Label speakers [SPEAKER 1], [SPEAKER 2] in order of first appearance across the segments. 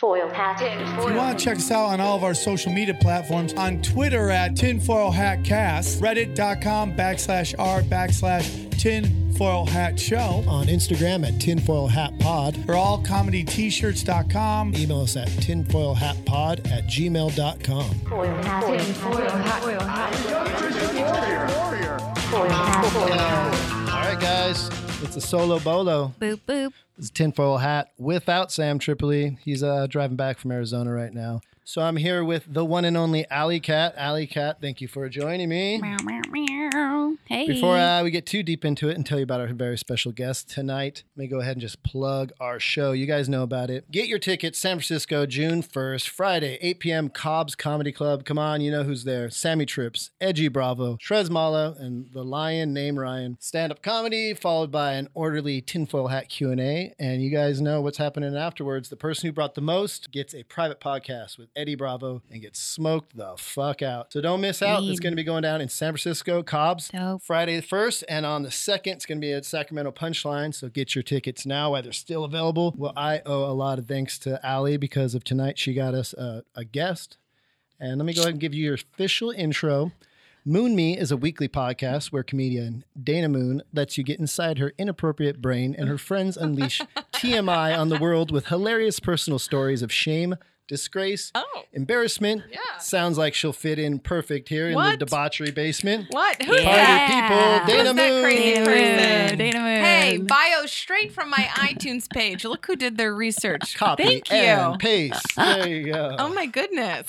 [SPEAKER 1] Foil hat. Tinfoil.
[SPEAKER 2] If you want to check us out on all of our social media platforms, on Twitter at tinfoilhatcast, reddit.com backslash r backslash tinfoilhatshow,
[SPEAKER 3] On Instagram at Tinfoil Hat Pod.
[SPEAKER 2] or allcomedyt-shirts.com.
[SPEAKER 3] Email us at tinfoilhatpod at gmail.com.
[SPEAKER 1] Foil hat.
[SPEAKER 4] Tinfoil hat. Foil hat.
[SPEAKER 1] Foil hat.
[SPEAKER 3] All right, guys. It's a solo bolo.
[SPEAKER 4] Boop boop.
[SPEAKER 3] It's Tinfoil Hat without Sam Tripoli. He's uh, driving back from Arizona right now. So I'm here with the one and only Alley Cat. Alley Cat, thank you for joining me.
[SPEAKER 4] Meow, meow, meow. Hey.
[SPEAKER 3] Before uh, we get too deep into it and tell you about our very special guest tonight, let me go ahead and just plug our show. You guys know about it. Get your tickets, San Francisco, June 1st, Friday, 8 p.m., Cobb's Comedy Club. Come on, you know who's there. Sammy Trips, Edgy Bravo, Trez Malo, and the lion named Ryan. Stand-up comedy followed by an orderly tinfoil hat Q&A. And you guys know what's happening afterwards. The person who brought the most gets a private podcast with Eddie Bravo and gets smoked the fuck out. So don't miss out. It's
[SPEAKER 4] Mean.
[SPEAKER 3] going to be going down in San Francisco, Cobb's.
[SPEAKER 4] Dope.
[SPEAKER 3] Friday the 1st. And on the 2nd, it's going to be at Sacramento Punchline. So get your tickets now while they're still available. Well, I owe a lot of thanks to Allie because of tonight. She got us a, a guest. And let me go ahead and give you your official intro. Moon Me is a weekly podcast where comedian Dana Moon lets you get inside her inappropriate brain and her friends unleash TMI on the world with hilarious personal stories of shame, disgrace,
[SPEAKER 5] Oh.
[SPEAKER 3] embarrassment.
[SPEAKER 5] Yeah.
[SPEAKER 3] Sounds like she'll fit in perfect here in
[SPEAKER 5] What?
[SPEAKER 3] the debauchery basement.
[SPEAKER 5] What? Who's
[SPEAKER 3] Party
[SPEAKER 4] Yeah.
[SPEAKER 5] that?
[SPEAKER 3] people, Dana
[SPEAKER 5] Who's that
[SPEAKER 3] Moon.
[SPEAKER 5] crazy
[SPEAKER 4] Dana Moon.
[SPEAKER 5] person?
[SPEAKER 4] Dana Moon.
[SPEAKER 5] Hey, bio straight from my iTunes page. Look who did their research.
[SPEAKER 3] Copy
[SPEAKER 5] Thank you.
[SPEAKER 3] and paste. There you go.
[SPEAKER 5] Oh my goodness.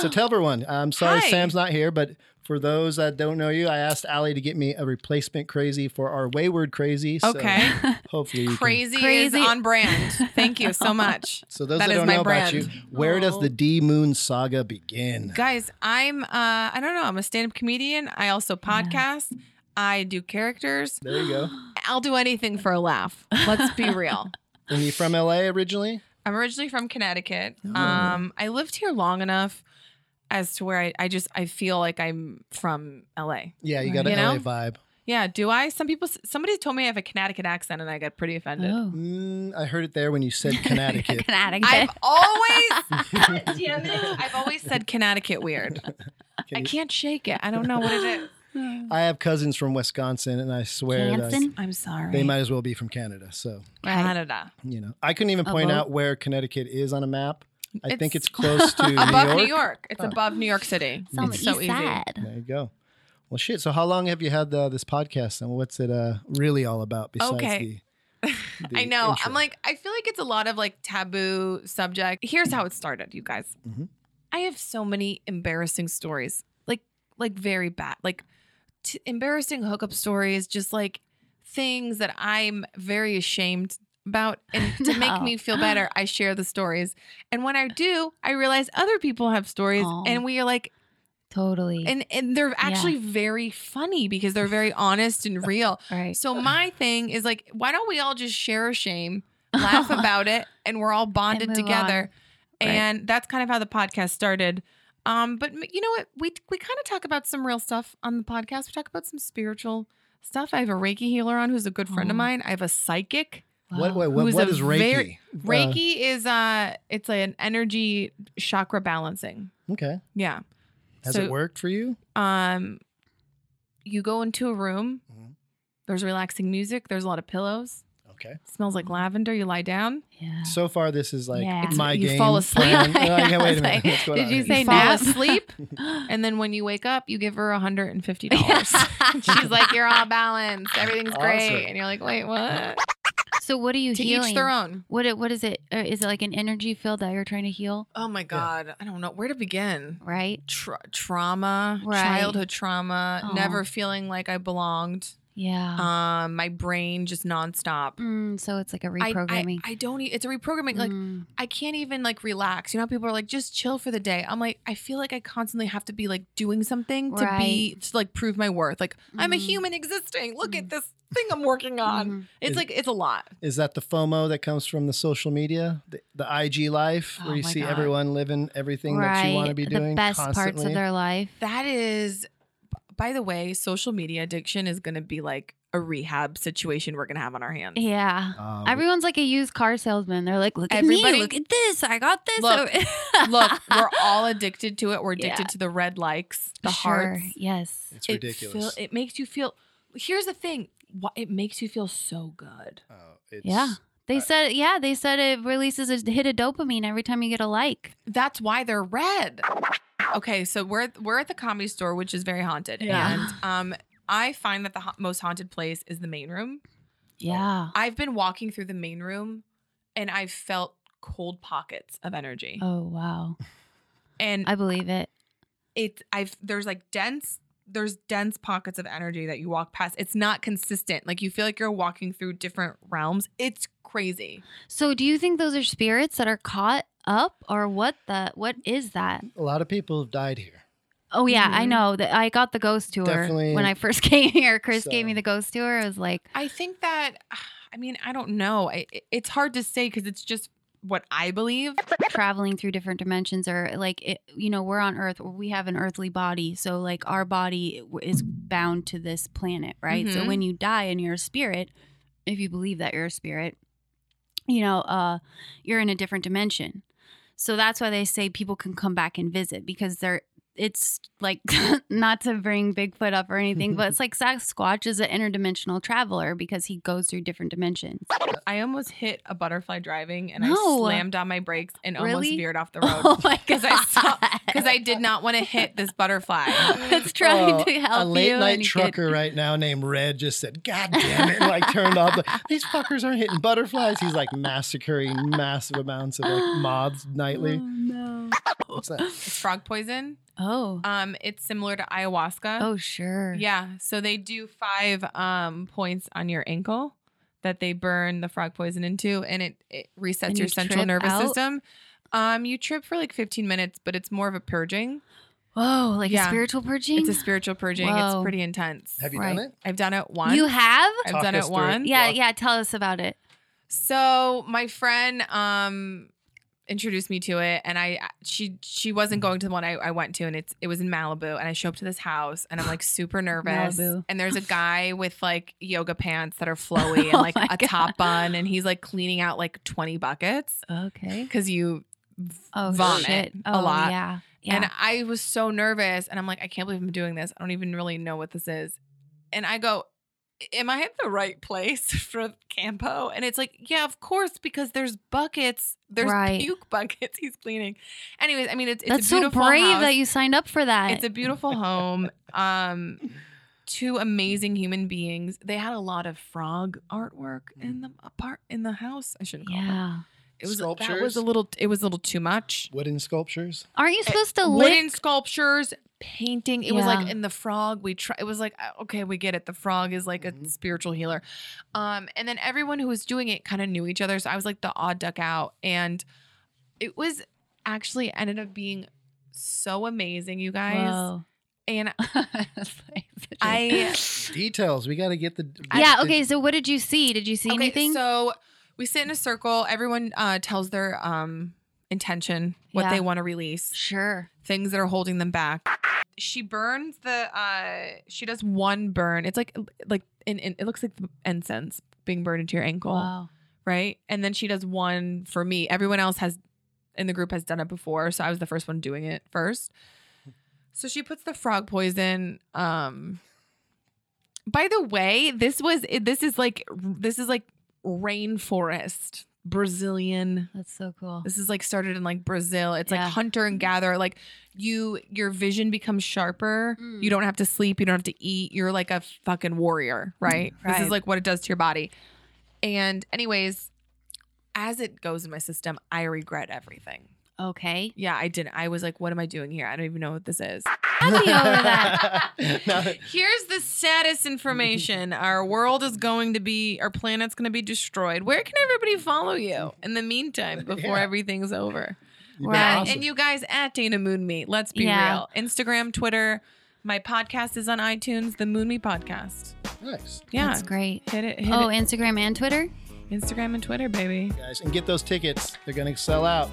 [SPEAKER 3] So tell everyone, I'm sorry
[SPEAKER 5] Oh. Hi.
[SPEAKER 3] Sam's not here, but for those that don't know you, I asked Allie to get me a replacement crazy for our wayward crazy. So
[SPEAKER 5] Okay.
[SPEAKER 3] Hopefully, you can-
[SPEAKER 5] Crazy,
[SPEAKER 4] Crazy.
[SPEAKER 5] is on brand. Thank you so much.
[SPEAKER 3] So those
[SPEAKER 5] That
[SPEAKER 3] that,
[SPEAKER 5] is
[SPEAKER 3] don't
[SPEAKER 5] my
[SPEAKER 3] know about
[SPEAKER 5] brand. Oh.
[SPEAKER 3] you, where does the D Moon saga begin?
[SPEAKER 5] Guys, I'm uh I don't know, I'm a stand-up comedian. I also podcast. I do characters.
[SPEAKER 3] There you go.
[SPEAKER 5] I'll do anything for a laugh. Let's be real.
[SPEAKER 3] And you from LA originally?
[SPEAKER 5] I'm originally from Connecticut.
[SPEAKER 3] Oh.
[SPEAKER 5] Um, I lived here long enough as to where I, I just I feel like I'm from LA.
[SPEAKER 3] Yeah, you got
[SPEAKER 5] You
[SPEAKER 3] an
[SPEAKER 5] know?
[SPEAKER 3] LA vibe.
[SPEAKER 5] Yeah, do I? Some people, somebody told me I have a Connecticut accent, and I got pretty offended.
[SPEAKER 4] Oh.
[SPEAKER 3] Mm, I heard it there when you said Connecticut.
[SPEAKER 4] Connecticut.
[SPEAKER 5] I've always, God damn it, I've always said Connecticut weird. I can't shake it. I don't know what it is.
[SPEAKER 3] I have cousins from Wisconsin, and I swear that
[SPEAKER 4] Jansen.
[SPEAKER 5] I'm sorry.
[SPEAKER 3] they might as well be from Canada. So
[SPEAKER 5] Canada
[SPEAKER 3] you know, I couldn't even point
[SPEAKER 4] Above-
[SPEAKER 3] out where Connecticut is on a map. I think
[SPEAKER 5] It's
[SPEAKER 3] it's close to New
[SPEAKER 5] above
[SPEAKER 3] York.
[SPEAKER 5] New York. It's above New York City.
[SPEAKER 4] It's on the
[SPEAKER 5] It's so
[SPEAKER 4] east
[SPEAKER 5] easy.
[SPEAKER 4] side.
[SPEAKER 3] There you go. Well, shit. So, how long have you had the, this podcast, and what's it uh, really all about? Besides
[SPEAKER 5] Okay.
[SPEAKER 3] the, the
[SPEAKER 5] I know.
[SPEAKER 3] intro?
[SPEAKER 5] I'm like, I feel like it's a lot of like taboo subject. Here's how it started, you guys.
[SPEAKER 3] Mhm.
[SPEAKER 5] I have so many embarrassing stories, like, like very bad, like t- embarrassing hookup stories, just like things that I'm very ashamed about. And to make
[SPEAKER 4] No.
[SPEAKER 5] me feel better, I share the stories. And when I do, I realize other people have stories,
[SPEAKER 4] Aw.
[SPEAKER 5] and we are like,
[SPEAKER 4] Totally.
[SPEAKER 5] and and they're actually very funny because they're very honest and real.
[SPEAKER 4] right.
[SPEAKER 5] So my thing is like, why don't we all just share a shame, laugh about it, and we're all bonded
[SPEAKER 4] move
[SPEAKER 5] together?
[SPEAKER 4] on. Right.
[SPEAKER 5] And that's kind of how the podcast started. Um, but m- you know what? We we kind of talk about some real stuff on the podcast. We talk about some spiritual stuff. I have a Reiki healer on who's a good friend of
[SPEAKER 4] Aw.
[SPEAKER 5] mine. I have a psychic.
[SPEAKER 3] what,
[SPEAKER 4] Wow.
[SPEAKER 3] what, what,
[SPEAKER 5] Who's
[SPEAKER 3] what
[SPEAKER 5] a
[SPEAKER 3] is Reiki?
[SPEAKER 5] very-
[SPEAKER 3] Uh,
[SPEAKER 5] Reiki is uh it's an energy chakra balancing.
[SPEAKER 3] okay.
[SPEAKER 5] Yeah.
[SPEAKER 3] Has
[SPEAKER 5] So-
[SPEAKER 3] it worked for you?
[SPEAKER 5] Um you go into a room,
[SPEAKER 4] Mm-hmm.
[SPEAKER 3] Mhm.
[SPEAKER 5] there's relaxing music, there's a lot of pillows,
[SPEAKER 3] Okay.
[SPEAKER 5] smells
[SPEAKER 4] Mm-hmm.
[SPEAKER 5] like lavender, you lie down.
[SPEAKER 4] Yeah.
[SPEAKER 3] So far, this is like
[SPEAKER 4] Yeah. It's-
[SPEAKER 3] my
[SPEAKER 5] you
[SPEAKER 3] game.
[SPEAKER 5] fall asleep.
[SPEAKER 3] plan. No, I can't-
[SPEAKER 4] I
[SPEAKER 3] wait
[SPEAKER 4] was
[SPEAKER 3] a minute.
[SPEAKER 4] like,
[SPEAKER 3] What's going
[SPEAKER 4] did
[SPEAKER 3] on
[SPEAKER 4] you
[SPEAKER 3] here?
[SPEAKER 4] say
[SPEAKER 5] you fall
[SPEAKER 4] nap?
[SPEAKER 5] asleep, and then when you wake up, you give her hundred and fifty dollars. She's like, "You're all balanced, everything's
[SPEAKER 3] Awesome.
[SPEAKER 5] great," and you're like, "Wait, what?"
[SPEAKER 4] So what are you
[SPEAKER 5] To
[SPEAKER 4] healing?
[SPEAKER 5] each their own.
[SPEAKER 4] What it- what is it? Or is it like an energy field that you're trying to heal?
[SPEAKER 5] Oh my god, I don't know where to begin.
[SPEAKER 4] Right.
[SPEAKER 5] Tra- trauma,
[SPEAKER 4] Right.
[SPEAKER 5] childhood trauma,
[SPEAKER 4] Aw.
[SPEAKER 5] never feeling like I belonged.
[SPEAKER 4] Yeah.
[SPEAKER 5] Um, my brain just nonstop.
[SPEAKER 4] mm, so it's like a
[SPEAKER 5] I-
[SPEAKER 4] reprogramming.
[SPEAKER 5] I, I, don't. e- It's a reprogramming. Like
[SPEAKER 4] Mm.
[SPEAKER 5] I can't even like relax. You know, how people are like, just chill for the day. I'm like, I feel like I constantly have to be like doing something to be to like prove my worth. Like I'm a
[SPEAKER 4] Mhm.
[SPEAKER 5] human existing. Look
[SPEAKER 4] Mm-hmm.
[SPEAKER 5] at this thing I'm working on.
[SPEAKER 4] Mhm.
[SPEAKER 5] It's
[SPEAKER 3] Is-
[SPEAKER 5] like it's a lot.
[SPEAKER 3] Is that the FOMO that comes from the social media, the, the IG life,
[SPEAKER 4] Oh
[SPEAKER 3] where you
[SPEAKER 4] my
[SPEAKER 3] see
[SPEAKER 4] God.
[SPEAKER 3] everyone living everything that you want to be doing
[SPEAKER 4] the best
[SPEAKER 3] constantly?
[SPEAKER 4] parts of their life.
[SPEAKER 5] That is By the way, social media addiction is going to be like a rehab situation we're going to have on our hands.
[SPEAKER 4] Yeah.
[SPEAKER 3] Um,
[SPEAKER 4] Everyone's like a used car salesman. They're like, look at
[SPEAKER 5] Everybody-
[SPEAKER 4] me, look at this. I got this.
[SPEAKER 5] Look,
[SPEAKER 4] Oh-
[SPEAKER 5] Look, we're all addicted to it. We're
[SPEAKER 4] Yeah.
[SPEAKER 5] addicted to the red likes, the
[SPEAKER 4] sure.
[SPEAKER 5] hearts.
[SPEAKER 4] Yes.
[SPEAKER 3] it's
[SPEAKER 5] It
[SPEAKER 3] ridiculous.
[SPEAKER 5] feel- it makes you feel. Here's the thing. wh- It makes you feel so good.
[SPEAKER 3] Oh, it's,
[SPEAKER 4] Yeah. They
[SPEAKER 3] I-
[SPEAKER 4] said, yeah, they said it releases a hit of dopamine every time you get a like.
[SPEAKER 5] That's why they're red. Okay, so we're we're at the comedy store, which is very haunted.
[SPEAKER 4] Yeah.
[SPEAKER 5] And um, I find that the ha- most haunted place is the main room.
[SPEAKER 4] Yeah.
[SPEAKER 5] I've been walking through the main room, and I've felt cold pockets of energy.
[SPEAKER 4] Oh, wow.
[SPEAKER 5] and
[SPEAKER 4] I believe it.
[SPEAKER 5] it's I've there's like dense there's dense pockets of energy that you walk past. It's not consistent. Like you feel like you're walking through different realms. It's crazy.
[SPEAKER 4] So do you think those are spirits that are caught up or what the what is that?
[SPEAKER 3] A lot of people have died here.
[SPEAKER 4] Oh yeah, I
[SPEAKER 5] Mhm.
[SPEAKER 4] know that I got the ghost tour
[SPEAKER 3] Mm-hmm. Definitely.
[SPEAKER 4] when I first came here. Chris
[SPEAKER 3] So-
[SPEAKER 4] gave me the ghost tour. I was like,
[SPEAKER 5] I think that I mean I don't know. I, it- it's hard to say because it's just what I believe.
[SPEAKER 4] traveling through different dimensions or like it, you know we're on earth we have an earthly body so like our body is bound to this planet right so
[SPEAKER 5] Mhm.
[SPEAKER 4] when you die and you're a spirit if you believe that you're a spirit you know uh you're in a different dimension so that's why they say people can come back and visit because they're it's like not to bring Bigfoot up or anything, but it's like Sasquatch is an interdimensional traveler because he goes through different dimensions.
[SPEAKER 5] I almost hit a butterfly driving and I
[SPEAKER 4] No.
[SPEAKER 5] slammed on my brakes and almost
[SPEAKER 4] Really?
[SPEAKER 5] veered off the road
[SPEAKER 4] Oh my god!
[SPEAKER 5] because I saw because I did not want to hit this butterfly.
[SPEAKER 4] It's trying
[SPEAKER 3] Oh,
[SPEAKER 4] to help
[SPEAKER 3] a late
[SPEAKER 4] you.
[SPEAKER 3] night
[SPEAKER 4] and you
[SPEAKER 3] trucker right now named Red just said, "God damn it!" and, like turned off. Like, These fuckers aren't hitting butterflies. He's like massacring massive amounts of like moths
[SPEAKER 4] Get,
[SPEAKER 3] nightly.
[SPEAKER 4] no.
[SPEAKER 3] What's that?
[SPEAKER 5] It's frog poison.
[SPEAKER 4] Oh.
[SPEAKER 5] Um, it's similar to ayahuasca.
[SPEAKER 4] Oh sure.
[SPEAKER 5] Uh-huh. Yeah. So they do five um points on your ankle that they burn the frog poison into and it, it resets
[SPEAKER 4] And
[SPEAKER 5] your
[SPEAKER 4] you
[SPEAKER 5] central
[SPEAKER 4] trip
[SPEAKER 5] nervous
[SPEAKER 4] out?
[SPEAKER 5] system. Um, you trip for like 15 minutes, but it's more of a purging.
[SPEAKER 4] Whoa, like
[SPEAKER 5] Yeah.
[SPEAKER 4] a spiritual purging.
[SPEAKER 5] It's a spiritual purging. It's
[SPEAKER 4] Whoa.
[SPEAKER 5] pretty intense.
[SPEAKER 3] Have you
[SPEAKER 4] Right.
[SPEAKER 3] done it?
[SPEAKER 5] I've done it once.
[SPEAKER 4] You have?
[SPEAKER 5] I've
[SPEAKER 3] Talk
[SPEAKER 5] done
[SPEAKER 3] us
[SPEAKER 5] it
[SPEAKER 3] through it.
[SPEAKER 5] once.
[SPEAKER 4] Yeah,
[SPEAKER 3] Walk-
[SPEAKER 4] yeah. Tell us about it.
[SPEAKER 5] So my friend um introduced me to it and I she she wasn't going to the one I, I went to and it's it was in Malibu and I show up to this house and I'm like super nervous
[SPEAKER 4] Malibu.
[SPEAKER 5] and there's a guy with like yoga pants that are flowy and
[SPEAKER 4] Oh
[SPEAKER 5] like
[SPEAKER 4] my
[SPEAKER 5] a
[SPEAKER 4] God.
[SPEAKER 5] top bun and he's like cleaning out like 20 buckets
[SPEAKER 4] Okay.
[SPEAKER 5] cuz you
[SPEAKER 4] Oh
[SPEAKER 5] Vomit
[SPEAKER 4] shit.
[SPEAKER 5] a
[SPEAKER 4] Oh,
[SPEAKER 5] lot.
[SPEAKER 4] Yeah. Yeah.
[SPEAKER 5] and I was so nervous and I'm like I can't believe I'm doing this I don't even really know what this is and I go am I at the right place for Campo? And it's like, yeah, of course, because there's buckets, there's
[SPEAKER 4] Right.
[SPEAKER 5] puke buckets he's cleaning. Anyways, I mean, it's, it's
[SPEAKER 4] That's
[SPEAKER 5] a
[SPEAKER 4] so
[SPEAKER 5] beautiful
[SPEAKER 4] brave
[SPEAKER 5] house.
[SPEAKER 4] that you signed up for that.
[SPEAKER 5] It's a beautiful home. Um, two amazing human beings. They had a lot of frog artwork in the apart in the house. I shouldn't call them.
[SPEAKER 4] Mm. yeah.
[SPEAKER 5] It was that was
[SPEAKER 3] Sculptures?
[SPEAKER 5] a little. It was a little too much.
[SPEAKER 3] Wooden sculptures.
[SPEAKER 4] Aren't you supposed to
[SPEAKER 5] Wooden
[SPEAKER 4] lick?
[SPEAKER 5] sculptures, painting. It was like
[SPEAKER 4] Yeah.
[SPEAKER 5] in the frog. We try. It was like uh, okay, we get it. The frog is like
[SPEAKER 3] Mhm.
[SPEAKER 5] a spiritual healer. Um, and then everyone who was doing it kind of knew each other. So I was like the odd duck out, and it was actually ended up being so amazing, you guys.
[SPEAKER 4] Whoa.
[SPEAKER 5] And
[SPEAKER 4] It's like such a-
[SPEAKER 5] I-
[SPEAKER 3] Details. We got to get the.
[SPEAKER 4] Yeah.
[SPEAKER 3] the-
[SPEAKER 4] Okay. So what did you see? Did you see
[SPEAKER 5] okay,
[SPEAKER 4] anything?
[SPEAKER 5] so we sit in a circle. Everyone uh, tells their um intention, what
[SPEAKER 4] Yeah.
[SPEAKER 5] they want to release.
[SPEAKER 4] sure.
[SPEAKER 5] things that are holding them back. She burns the uh she does one burn. It's like like in, in it looks like the incense being burned into your ankle,
[SPEAKER 4] Wow.
[SPEAKER 5] right? And then she does one for me. Everyone else has in the group has done it before, so I was the first one doing it first. So she puts the frog poison um By the way, this was this is like this is like rainforest Brazilian
[SPEAKER 4] That's so cool.
[SPEAKER 5] this is like started in like Brazil. It's
[SPEAKER 4] Yeah. Mm.
[SPEAKER 5] like hunter and gatherer. Like you, your vision becomes sharper.
[SPEAKER 4] Mm.
[SPEAKER 5] You don't have to sleep. You don't have to eat. You're like a fucking warrior, right? This is
[SPEAKER 4] Right.
[SPEAKER 5] like what it does to your body. And anyways, as it goes in my system, I regret everything.
[SPEAKER 4] Okay.
[SPEAKER 5] Yeah, I didn't. I was like, what am I doing here? I don't even know what this is.
[SPEAKER 4] Happy over that.
[SPEAKER 3] Now-
[SPEAKER 5] Here's the status information. Our world is going to be, our planet's going to be destroyed. Where can everybody follow you in the meantime before
[SPEAKER 3] Yeah.
[SPEAKER 5] everything's over?
[SPEAKER 3] You've been
[SPEAKER 4] Right.
[SPEAKER 5] Yeah,
[SPEAKER 3] awesome.
[SPEAKER 5] And you guys at Dana Moon Me. Let's be
[SPEAKER 4] Yeah.
[SPEAKER 5] real. Instagram, Twitter. My podcast is on iTunes, the Moon Me podcast.
[SPEAKER 3] nice.
[SPEAKER 5] Yeah.
[SPEAKER 4] That's great.
[SPEAKER 5] Hit it. Hit
[SPEAKER 4] Oh,
[SPEAKER 5] it.
[SPEAKER 4] Instagram and Twitter.
[SPEAKER 5] Instagram and Twitter, baby.
[SPEAKER 3] Guys, and get those tickets. They're gonna sell out.